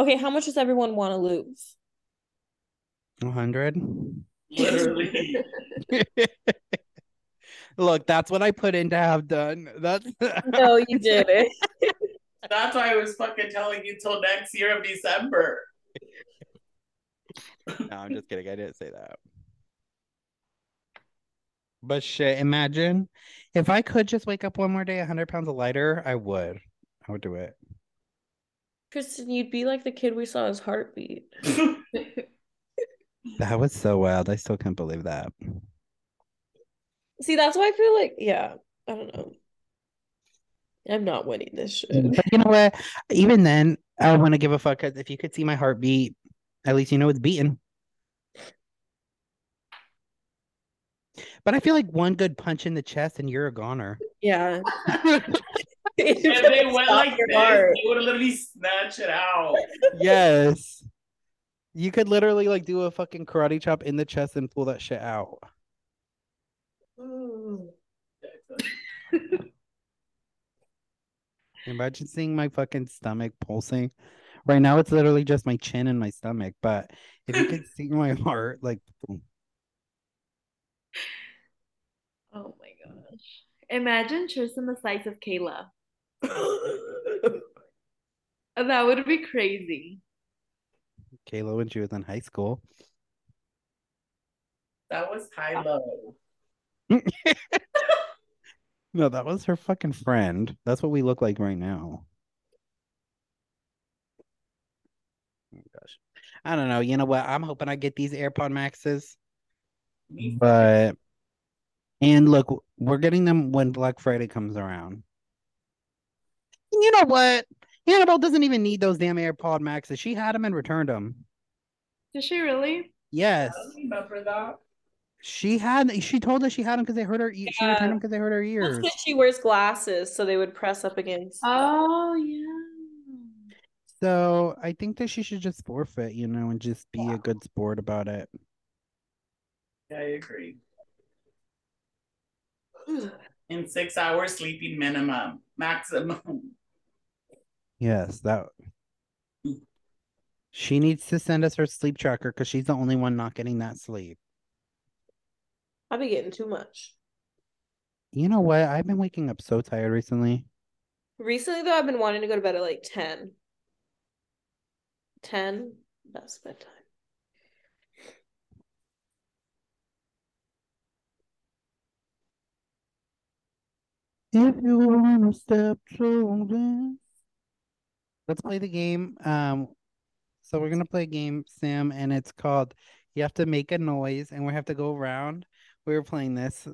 D: Okay, how much does everyone want to lose?
A: 100.
B: Literally.
A: (laughs) Look, that's what I put in to have done. That's
D: (laughs)
A: (laughs)
D: No, (laughs) you did it.
B: That's why I was fucking telling you till next year of December.
A: No, I'm just kidding. I didn't say that. But shit, imagine if I could just wake up one more day 100 pounds lighter, I would. I would do it.
D: Kristen, you'd be like the kid we saw his heartbeat.
A: That was so wild. I still can't believe that.
D: See, that's why I feel like, yeah, I don't know. I'm not winning this shit.
A: But you know what? Even then, I want to give a fuck because if you could see my heartbeat, at least you know it's beating. But I feel like one good punch in the chest and you're a goner.
D: Yeah. (laughs) If
B: If they went like this, they would literally snatch it out.
A: yes. You could literally like do a fucking karate chop in the chest and pull that shit out. Imagine seeing my fucking stomach pulsing. Right now, it's literally just my chin and my stomach. But if you could see my (laughs) heart, like, boom.
C: (laughs) Oh my gosh. Imagine Tristan the size of Kayla. Oh, That would be crazy.
A: Kayla when she was in high school.
B: That was high low.
A: No, that was her fucking friend. That's what we look like right now. Oh my gosh. I don't know. You know what? I'm hoping I get these AirPod Maxes.
B: Me
A: But and look, we're getting them when Black Friday comes around. And you know what? Annabelle doesn't even need those damn AirPod Maxes. She had them and returned them.
C: Did she really?
B: I
A: Yes,
B: don't remember that.
A: she had. She told us she had them because they hurt her. E- She
D: Yeah.
A: returned them because they hurt her ears.
D: she wears glasses, so they would press up against.
C: Oh yeah.
A: So I think that she should just forfeit, you know, and just be a good sport about it.
B: Yeah, I agree. In six hours sleeping minimum, maximum. (laughs)
A: Yes, that. She needs to send us her sleep tracker because she's the only one not getting that sleep.
D: I'll be getting too much.
A: You know what? I've been waking up so tired recently.
D: Recently, though, I've been wanting to go to bed at like 10. 10, that's bedtime.
A: If you wanna step children. Let's play the game. Um, so we're gonna play a game, Sam, and it's called You Have to Make a Noise, and we have to go around. We were playing this.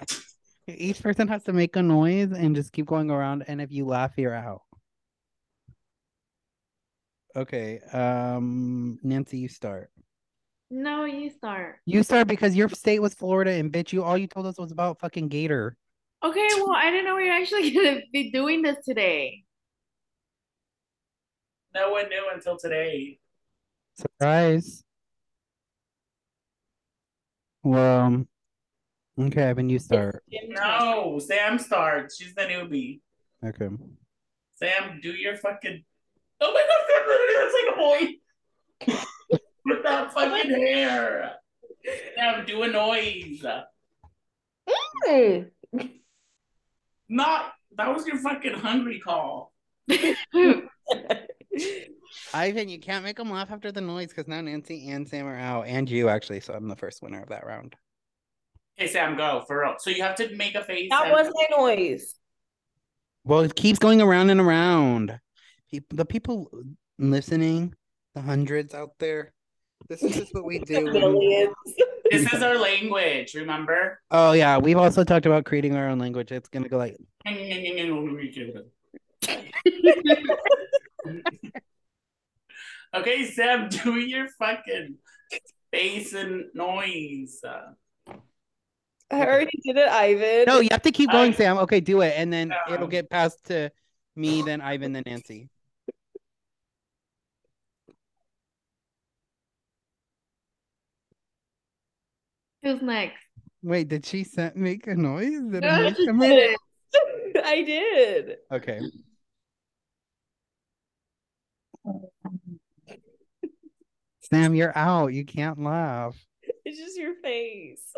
A: (laughs) Each person has to make a noise and just keep going around, and if you laugh, you're out. Okay. Um, Nancy, you start.
C: No, you start.
A: You start because your state was Florida, and bitch, you all you told us was about fucking Gator.
C: Okay, well, I didn't know we were actually (laughs) gonna be doing this today.
B: No one knew until today.
A: Surprise. Well, um, okay, Evan, you start.
B: No, Sam starts. She's the newbie.
A: Okay.
B: Sam, do your fucking. Oh my god, Sam, literally (laughs) looks like a boy. With that fucking hair. Sam, do a noise.
D: Hey.
B: Not. That was your fucking hungry call.
A: Ivan, you can't make them laugh after the noise because now Nancy and Sam are out, and you actually. So I'm the first winner of that round.
B: Hey, Sam, go for real. So you have to make a face.
D: That
B: and-
D: was my noise.
A: Well, it keeps going around and around. People, the people listening, the hundreds out there, this is just what we do. when-
D: Millions.
B: This is our language, remember?
A: oh yeah, we've also talked about creating our own language. It's gonna go like
B: (laughs) okay, Sam, (laughs) do your fucking face and noise.
D: I already did it, Ivan.
A: no, you have to keep going,
B: I-
A: Sam. Okay, do it, and then it'll
B: Um,
A: get passed to me, then Ivan, then Nancy.
C: Who's next?
A: Wait, did she sa- make a noise? Did a
D: No,
A: noise
D: she
A: come out?
D: did it. (laughs) I did.
A: Okay. Sam, you're out. You can't laugh.
D: It's just your face.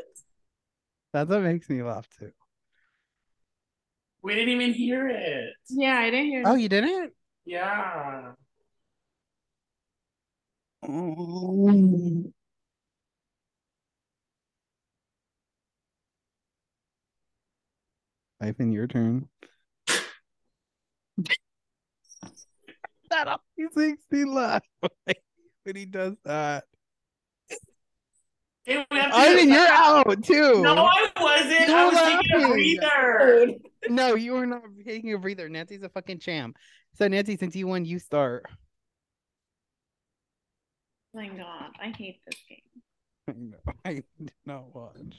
A: That's what makes me laugh too.
B: We didn't even hear it.
C: Yeah, I didn't hear.
A: Oh, you didn't?
B: Yeah.
A: Oh. Ivan, your turn. that always makes me laugh (laughs) when he does that.
B: Okay, we have to
A: Ivan, you're out too.
B: No, I wasn't. I
A: You're
B: was taking a
A: laughing.
B: breather.
A: No, you are not taking a breather. Nancy's a fucking champ. So Nancy, since you won, you start.
C: Oh my god, I hate this game.
A: I know. (laughs) I did not watch.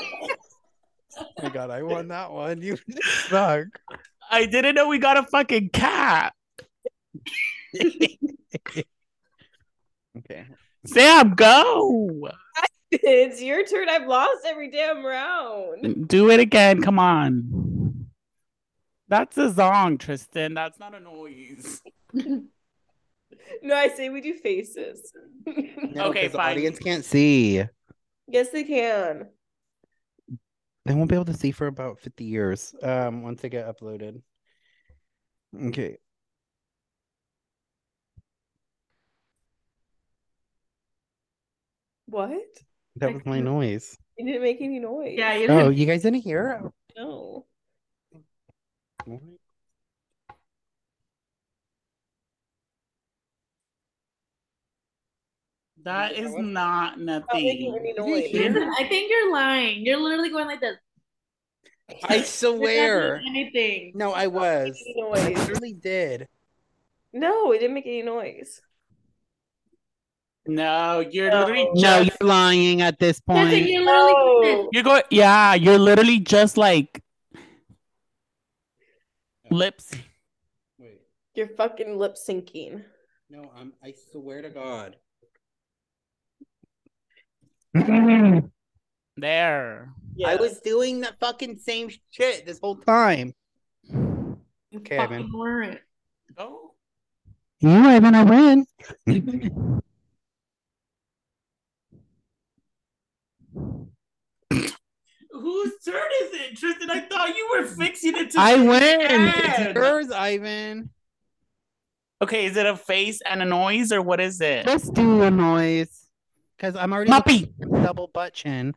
A: oh my god, I won that one. You (laughs) suck.
B: I didn't know we got a fucking cat.
A: Okay.
B: Sam, go.
D: It's your turn. I've lost every damn round.
B: Do it again. Come on. That's a song, Tristan. That's not a noise.
D: No, I say we do faces. (laughs)
B: Okay,
A: 'cause The
B: fine.
A: audience can't see.
D: yes, they can.
A: They won't be able to see for about 50 years um, once they get uploaded. Okay.
D: What?
A: That was my
C: Okay.
A: noise.
D: You didn't make any noise.
C: Yeah, you
A: Oh,
C: didn't.
A: you guys didn't hear? it?
D: No.
A: Alright.
B: That
A: Yeah,
B: is
A: what-
B: not
D: Not making
B: nothing.
D: any
A: Did (laughs) you
D: noise.
A: hear?
C: I think you're lying. You're literally going like this.
A: I
C: You're not doing
A: swear.
C: Anything.
A: No, I was.
D: Any
A: I
D: noise.
A: literally did.
D: No, it didn't make any noise.
B: No, you're
D: No.
B: literally just
A: No, you're lying at this
C: That's it,
A: point.
C: you're literally going like
D: No.
B: you're going yeah, you're literally just like lips.
A: Wait.
D: You're fucking lip syncing.
A: No, I'm, I swear to God.
B: There.
A: I was doing the fucking same shit this whole time.
C: You
A: Okay, Evan.
C: fucking weren't.
B: Go.
A: You Evan, I (laughs) win.
B: Whose turn is it, Tristan? I thought you were fixing it to.
A: I win.
B: Yes.
A: It's yours, Ivan.
B: Okay, is it a face and a noise, or what is it?
A: Let's do a noise. Because I'm already
B: Puppy.
A: looking at double butt chin.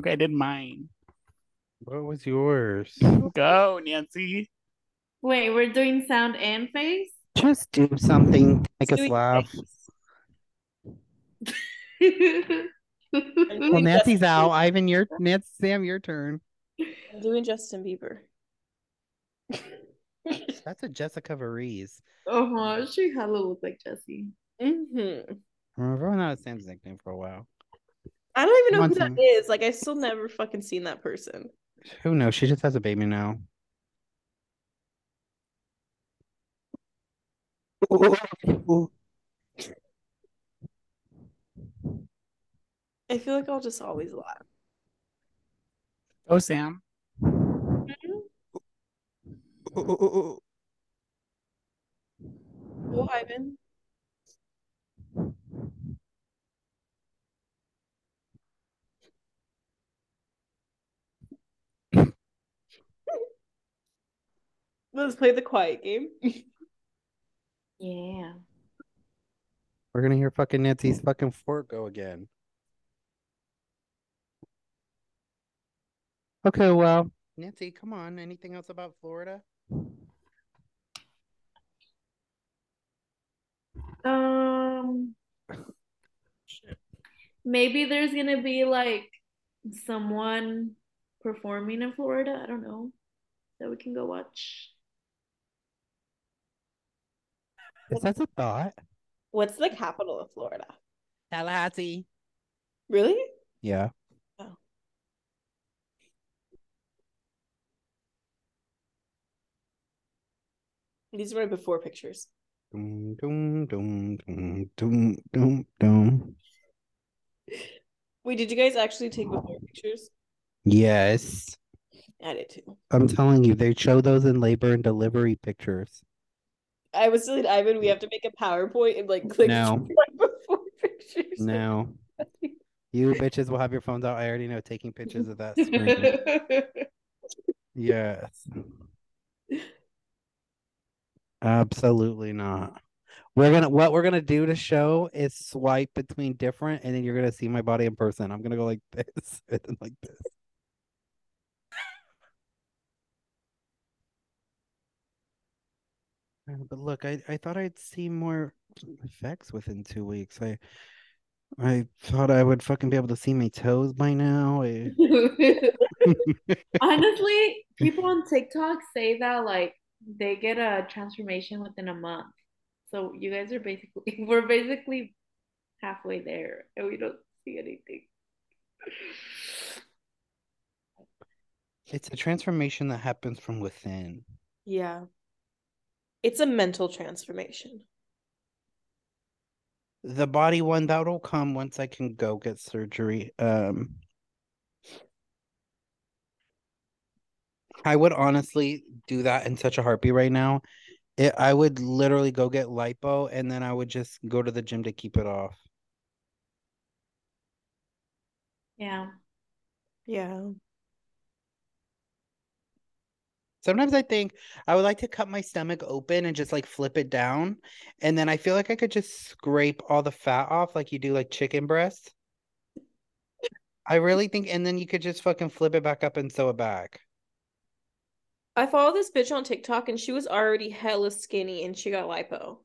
B: Okay, I did mine.
A: What was yours?
B: Go, Nancy.
C: Wait, we're doing sound and face?
A: Just do something. to Make
D: Let's
A: us
D: do it.
A: laugh.
C: (laughs)
D: Well,
A: Well,
D: Doing Nancy's
A: Nancy's
D: Justin
A: out.
D: out.
A: Ivan, your Nancy, Sam, your turn.
D: I'm doing Justin Bieber.
A: That's a Jessica Varese.
C: uh-huh, she hella looks like Jessie.
D: (laughs) Mm-hmm.
A: Remember that was Sam's nickname for a while.
D: I don't even know
A: One
D: who
A: time.
D: that is. Like, I've still never fucking seen that person.
A: Who knows? She just has a baby now.
D: I feel like I'll just always laugh.
B: Go, Sam.
D: Go, Ivan. (laughs) Let's play the quiet game. (laughs)
C: Yeah.
A: We're gonna hear fucking Nancy's fucking fort go again. Okay, well, Nancy, come on. Anything else about Florida?
C: Um maybe there's gonna be like someone performing in Florida. I don't know. That we can go watch.
A: Is that a thought?
D: What's the capital of Florida?
A: Tallahassee.
D: Really?
A: Yeah.
D: These are my before pictures.
A: Dum, dum, dum, dum, dum, dum, dum.
D: Wait, did you guys actually take before pictures?
A: Yes.
D: I did too.
A: I'm telling you, they show those in labor and delivery pictures.
D: I was telling Ivan we have to make a PowerPoint and (laughs) like click
A: No.
D: before pictures. (laughs)
A: No. You bitches will have your phones out. I already know taking pictures of that
D: (laughs)
A: screen. Yes. Absolutely not. We're gonna what we're gonna do to show is swipe between different and then you're gonna see my body in person. I'm gonna go like (laughs) this and then like this. Uh, But look, I, I thought I'd see more effects within two weeks. I I thought I would fucking be able to see my toes by now. I-
C: Honestly, people on TikTok say that like they get a transformation within a month. So you guys are basically (laughs) we're basically halfway there and we don't see anything.
A: It's a transformation that happens from within.
D: Yeah. It's a mental transformation.
A: The body one that'll come once I can go get surgery. Um, I would honestly do that in such a heartbeat right now. It, I would literally go get lipo and then I would just go to the gym to keep it off.
C: Yeah. (laughs)
D: Yeah.
A: Sometimes I think I would like to cut my stomach open and just like flip it down, and then I feel like I could just scrape all the fat off like you do like chicken breast. I really think, and then you could just fucking flip it back up and sew it back.
D: I follow this bitch on TikTok and she was already hella skinny and she got lipo.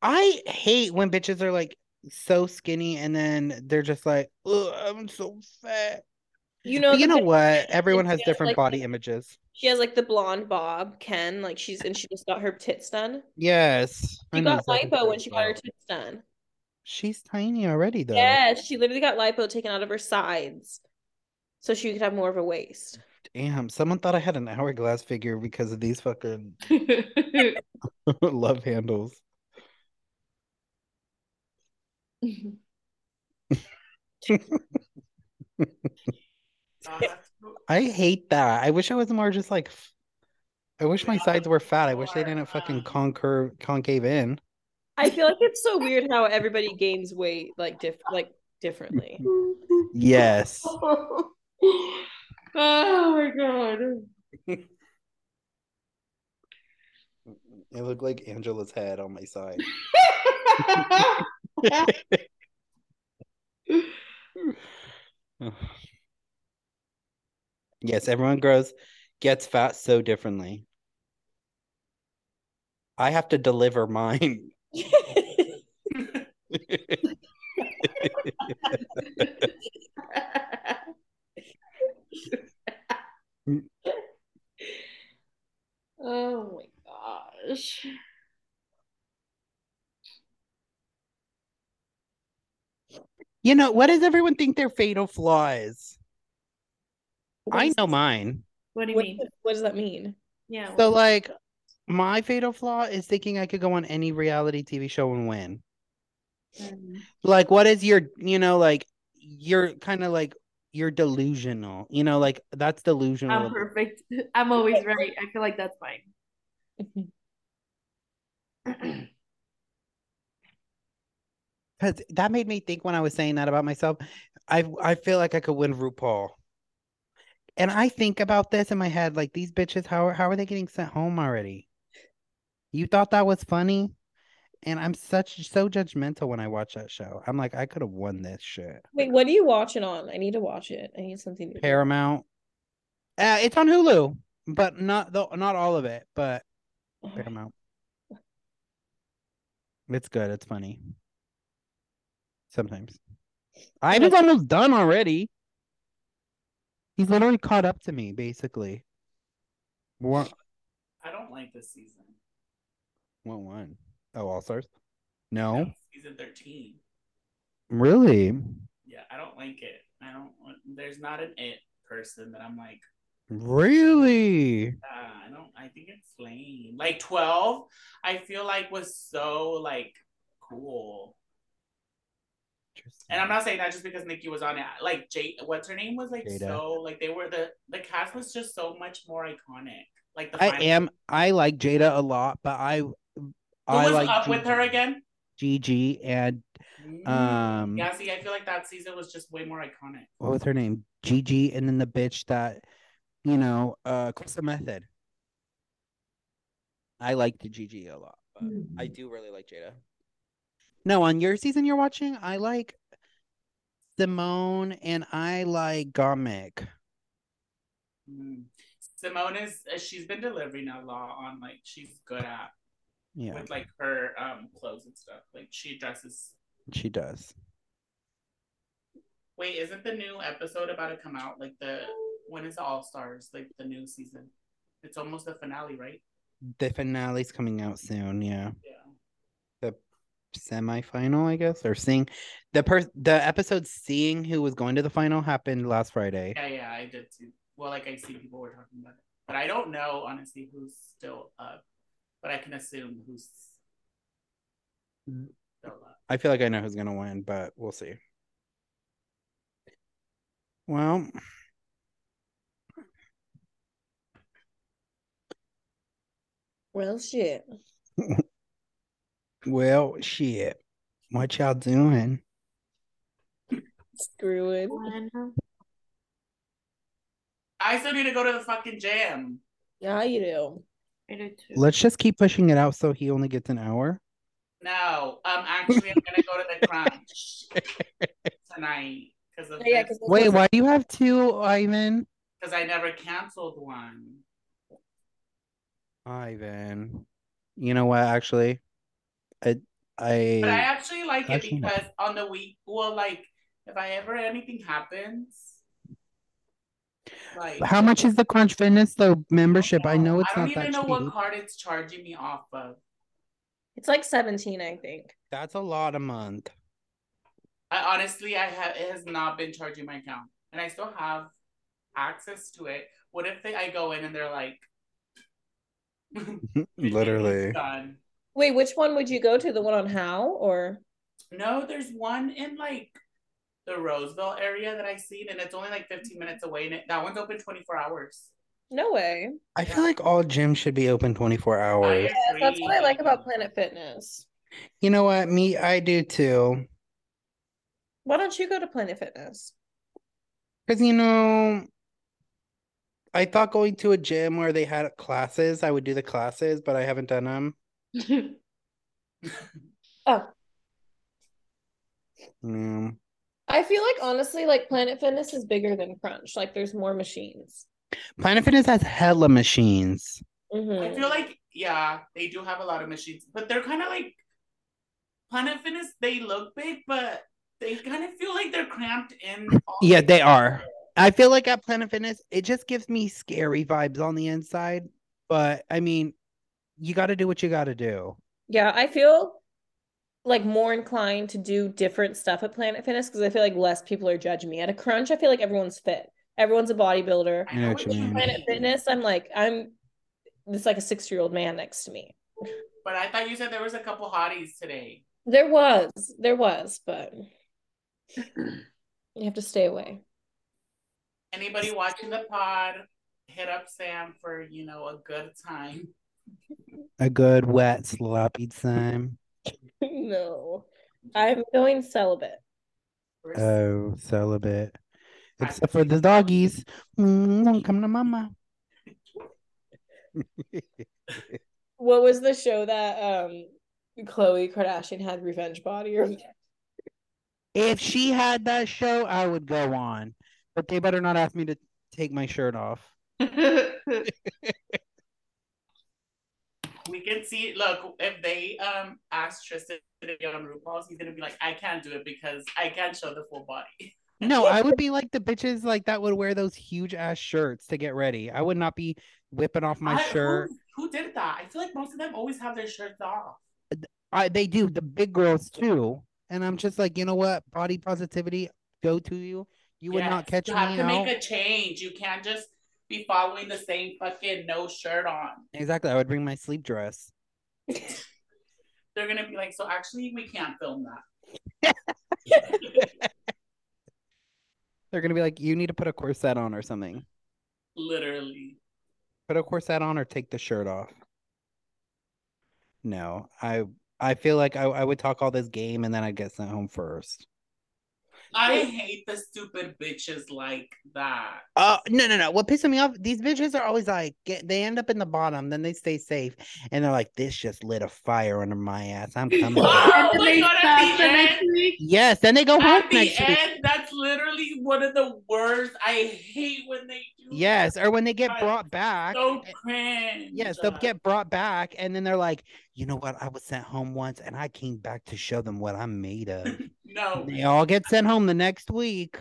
A: I hate when bitches are like so skinny and then they're just like, Ugh, I'm so fat.
D: You
A: But
D: know,
A: you
D: the
A: know
D: bitch-
A: what? Everyone
D: she
A: has
D: has,
A: different
D: like,
A: body
D: the-
A: images.
D: She has like the blonde bob, Ken, like she's and she just got her tits done.
A: Yes. I
D: She
A: know
D: got
A: exactly
D: lipo
A: what
D: when
A: you're
D: she got her
A: about.
D: tits done.
A: She's tiny already though.
D: Yeah, she literally got lipo taken out of her sides so she could have more of a waist.
A: Damn, someone thought I had an hourglass figure because of these fucking (laughs) love handles.
B: Uh,
A: I hate that. I wish I was more just like. f- I wish my
B: Yeah,
A: sides were fat. I wish they
B: or,
A: didn't fucking
B: um,
A: concurve, concave in.
D: I feel like it's so weird how everybody gains weight like diff like
B: (laughs)
D: differently.
A: Yes.
C: oh my god.
A: It looked like Angela's head on my side. (sighs) yes, everyone grows, gets fat so differently. I have to deliver mine. (laughs)
C: oh my gosh.
A: You know, what does everyone think their fatal flaw is? I know mine.
C: What do you
D: What,
C: mean?
D: what does that mean?
C: Yeah.
A: So, like, my fatal flaw is thinking I could go on any reality TV show and win.
C: um,
A: Like, what is your, you know, like, you're kind of like, you're delusional. You know, like, that's delusional.
C: I'm perfect. (laughs) I'm always right. I feel like that's mine.
B: Mm-hmm.
A: Because that made me think when I was saying that about myself, I I feel like I could win RuPaul. And I think about this in my head, like these bitches, how are- how are they getting sent home already? You thought that was funny? And I'm such so judgmental when I watch that show. I'm like, I could have won this shit.
D: Wait, what are you watching on? I need to watch it. I need something to do. (sighs)
A: Paramount. Uh, it's on Hulu, but not the, not all of it, but Paramount. It's good. It's funny. Sometimes. I was almost done already. He's literally caught up to me, basically. What?
B: I don't like this season.
A: What one? Oh, All Stars?
B: No,
A: No,
B: Season 13.
A: really?
B: Yeah, I don't like it. I don't want, there's not an it person that I'm like,
A: Really?
B: ah, I don't, I think it's lame. Like 12, I feel like was so like cool. And
A: Mm-hmm.
B: I'm not saying that just because Nikki was on it. Like Jade, what's her name was like
A: Jada.
B: so like they were the the cast was just so much more iconic. Like the
A: I
B: final-
A: am. I like Jada a lot, but I,
B: Who
A: I
B: was
A: like
B: up with her
A: Gigi-
B: again? Mm, Mm-hmm.
A: Gigi and um,
B: yeah, see, I feel like that season was just way more iconic.
A: what was her name? Gigi, and then the bitch that, you know, uh, Krista Method. I liked Gigi a lot. But
C: Mm.
A: I do really like Jada. No, on your season you're watching, I like Simone and I like Gomick.
B: Mm. Simone is she's been delivering a lot on like she's good at
A: Yeah,
B: with like her um clothes and stuff. Like she dresses.
A: she does.
B: Wait, isn't the new episode about to come out? Like the when is the All Stars? Like the new season? It's almost the finale, right?
A: The finale's coming out soon. Yeah,
B: Yeah.
A: semifinal, I guess, or seeing the per the episode seeing who was going to the final happened last Friday.
B: Yeah, yeah, I did too. Well, like I see people were talking about it, but I don't know honestly who's still up. But I can assume who's still up.
A: I feel like I know who's gonna win, but we'll see. Well,
D: Well, shit.
A: well, shit. What y'all doing?
D: Screw it.
B: I still need to go to the fucking gym.
D: Yeah, you do.
C: I do too. (laughs)
A: Let's (laughs) just keep pushing it out so he only gets an hour.
B: No, um, actually, I'm gonna go to the crunch tonight because of
D: Oh, yeah,
B: because
A: Wait, why do you have two, Ivan?
B: I never canceled one.
A: Ivan. You know what, actually? I I,
B: But I actually like it
A: Actually, no.
B: because on the week, well, like if I ever anything happens, like
A: how much is the Crunch Fitness though membership? I know it's
B: I don't
A: not that
B: even know
A: cheap.
B: what card it's charging me off of.
D: It's like 17, I think.
A: That's a lot a month.
B: I honestly, I have it has not been charging my account, and I still have access to it. what if they I go in and they're like
A: (laughs)
B: (laughs)
A: Literally.
B: done?
D: Wait, which one would you go to? The one on How or
B: No, there's one in like the Roseville area that I seen, and it's only like 15 minutes away, and it, that one's open 24 hours.
D: no way?
A: I feel like all gyms should be open 24 hours.
B: I
D: That's what I
B: agree.
D: like about Planet Fitness.
A: You know what? Me, I do too.
D: Why don't you go to Planet Fitness?
A: Because, you know, I thought going to a gym where they had classes, I would do the classes, but I haven't done them.
D: Oh,
A: Mm.
D: I feel like honestly, like Planet Fitness is bigger than Crunch. Like there's more machines.
A: Planet Fitness has hella machines.
D: Mm-hmm.
B: I feel like yeah, they do have a lot of machines, but they're kind of like Planet Fitness. They look big, but they kind of feel like they're cramped in. all
A: Yeah, they
B: together.
A: are. I feel like at Planet Fitness, it just gives me scary vibes on the inside. But I mean, you got to do what you got to do.
D: Yeah, I feel like more inclined to do different stuff at Planet Fitness because I feel like less people are judging me. At a crunch, I feel like everyone's fit. Everyone's a bodybuilder.
B: I
A: You know what you mean.
D: Planet Fitness, I'm like, I'm it's like a six year old man next to me.
B: But I thought you said there was a couple hotties today.
D: There was, there was, but you have to stay away. (laughs)
B: Anybody watching the pod, hit up Sam for you know a good time.
A: A good, wet, sloppy time.
D: no. I'm going celibate.
B: We're
A: Oh, celibate. Except for the doggies. Mm, don't come to mama.
D: What was the show that um Chloe Kardashian had revenge body or
A: if she had that show, I would go on. But they better not ask me to take my shirt off.
B: We can see. Look, if they um ask Tristan to be on RuPaul's, he's gonna be like, I can't do it because I can't show the full body.
A: No, I would be like the bitches like that would wear those huge ass shirts to get ready. I would not be whipping off my
B: I-
A: shirt.
B: Who, who did that? I feel like most of them always have their shirts off.
A: I they do the big girls too, and I'm just like, you know what? Body positivity, go to you. You would not
B: Yes,
A: catch
B: You have
A: me
B: to
A: out.
B: make a change. You can't just be following the same fucking no shirt on.
A: Exactly. I would bring my sleep dress.
B: They're gonna be like, so actually, we can't film that.
A: (laughs) They're gonna be like, you need to put a corset on or something.
B: Literally.
A: Put a corset on or take the shirt off. No, I I feel like I, I would talk all this game and then I'd get sent home first.
B: I hate the stupid bitches like that.
A: Oh no no no! What pisses me off? These bitches are always like get, they end up in the bottom, then they stay safe, and they're like, "This just lit a fire under my ass. I'm coming."
B: (laughs) Oh
C: And then
B: my
C: they
B: God,
C: stop
B: at
C: the
B: the
C: next
B: end.
C: week.
A: yes, then they go home
B: At the
A: next week.
B: end, that's literally one of the worst. I hate when they do. that.
A: Yes, or when they get
B: Right.
A: brought back.
B: So cringe.
A: Yes, they'll get brought back, and then they're like, "You know what? I was sent home once, and I came back to show them what I'm made of."
B: (laughs) No,
A: And they all get sent home the next week.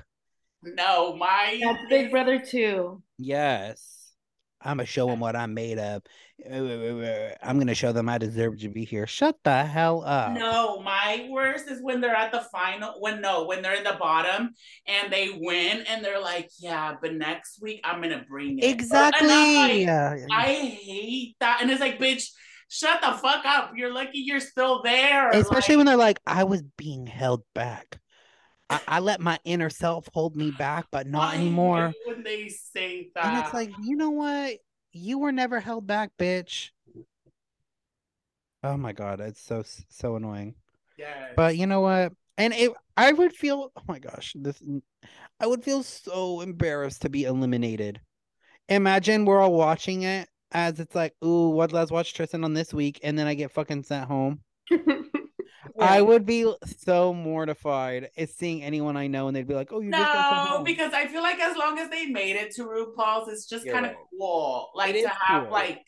B: no, my
C: That's Big Brother too.
A: Yes. I'm gonna show them what I'm made Eh, of. I'm gonna show them I deserve to be here. Shut the hell up.
B: No, my worst is when they're at the final. When no, when they're in the bottom and they win, and they're like, "Yeah, but next week I'm gonna bring it."
A: Exactly.
B: And
A: Yeah, yeah.
B: I hate that, and it's like, "Bitch, shut the fuck up! You're lucky you're still there."
A: Especially
B: Like,
A: when they're like, I was being held back. I, I let my inner self hold me back, but
B: I
A: not
B: hate
A: anymore.
B: When they say that,
A: And it's like, you know what? You were never held back, bitch. Oh my god, it's so so annoying.
B: yes.
A: But you know what? And it, I would feel, oh my gosh, this, I would feel so embarrassed to be eliminated. Imagine we're all watching it as it's like, ooh, what let's watch Tristan on this week, and then I get fucking
B: (laughs)
A: sent home. I would be so mortified at seeing anyone I know, and they'd be like, oh, you just got sent
B: No,
A: home.
B: because I feel like as long as they made it to RuPaul's, it's just
A: You're
B: kind of
A: right.
B: cool. Like
A: It
B: to
A: is
B: have
A: cool.
B: like,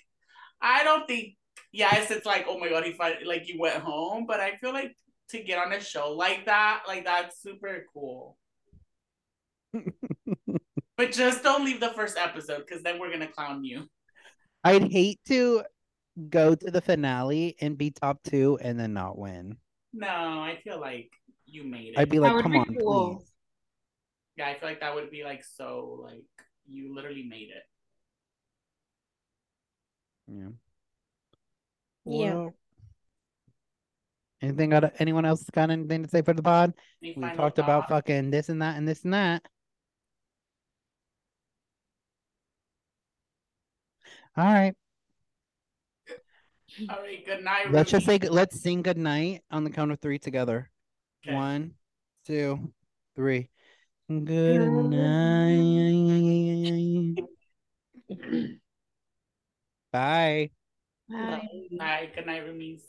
B: I don't think yes, it's like oh my god, he fin- like you went home, but I feel like to get on a show like that, like that's super
A: (laughs)
B: cool. but just don't leave the first episode because then we're gonna clown you.
A: I'd hate to go to the finale and be top two and then not win.
B: No, I feel like you made it.
A: I'd be
C: That
A: like,
C: would
A: come
C: be
A: on,
C: cool.
A: please.
B: yeah, I feel like that would be like so like you literally made it.
A: Yeah.
D: Yeah.
A: Well, Anything got anyone else got anything to say for the pod?
B: Let me
A: We
B: find a
A: talked about
B: thought.
A: fucking this and that and this and that. All right.
B: All right, good night.
A: Let's just say
B: Ruby.
A: g- let's sing good night on the count of three together.
B: Okay.
A: One, two, three. Good
D: Good
A: night. Bye.
C: Bye.
B: Bye. Good night, Rumi.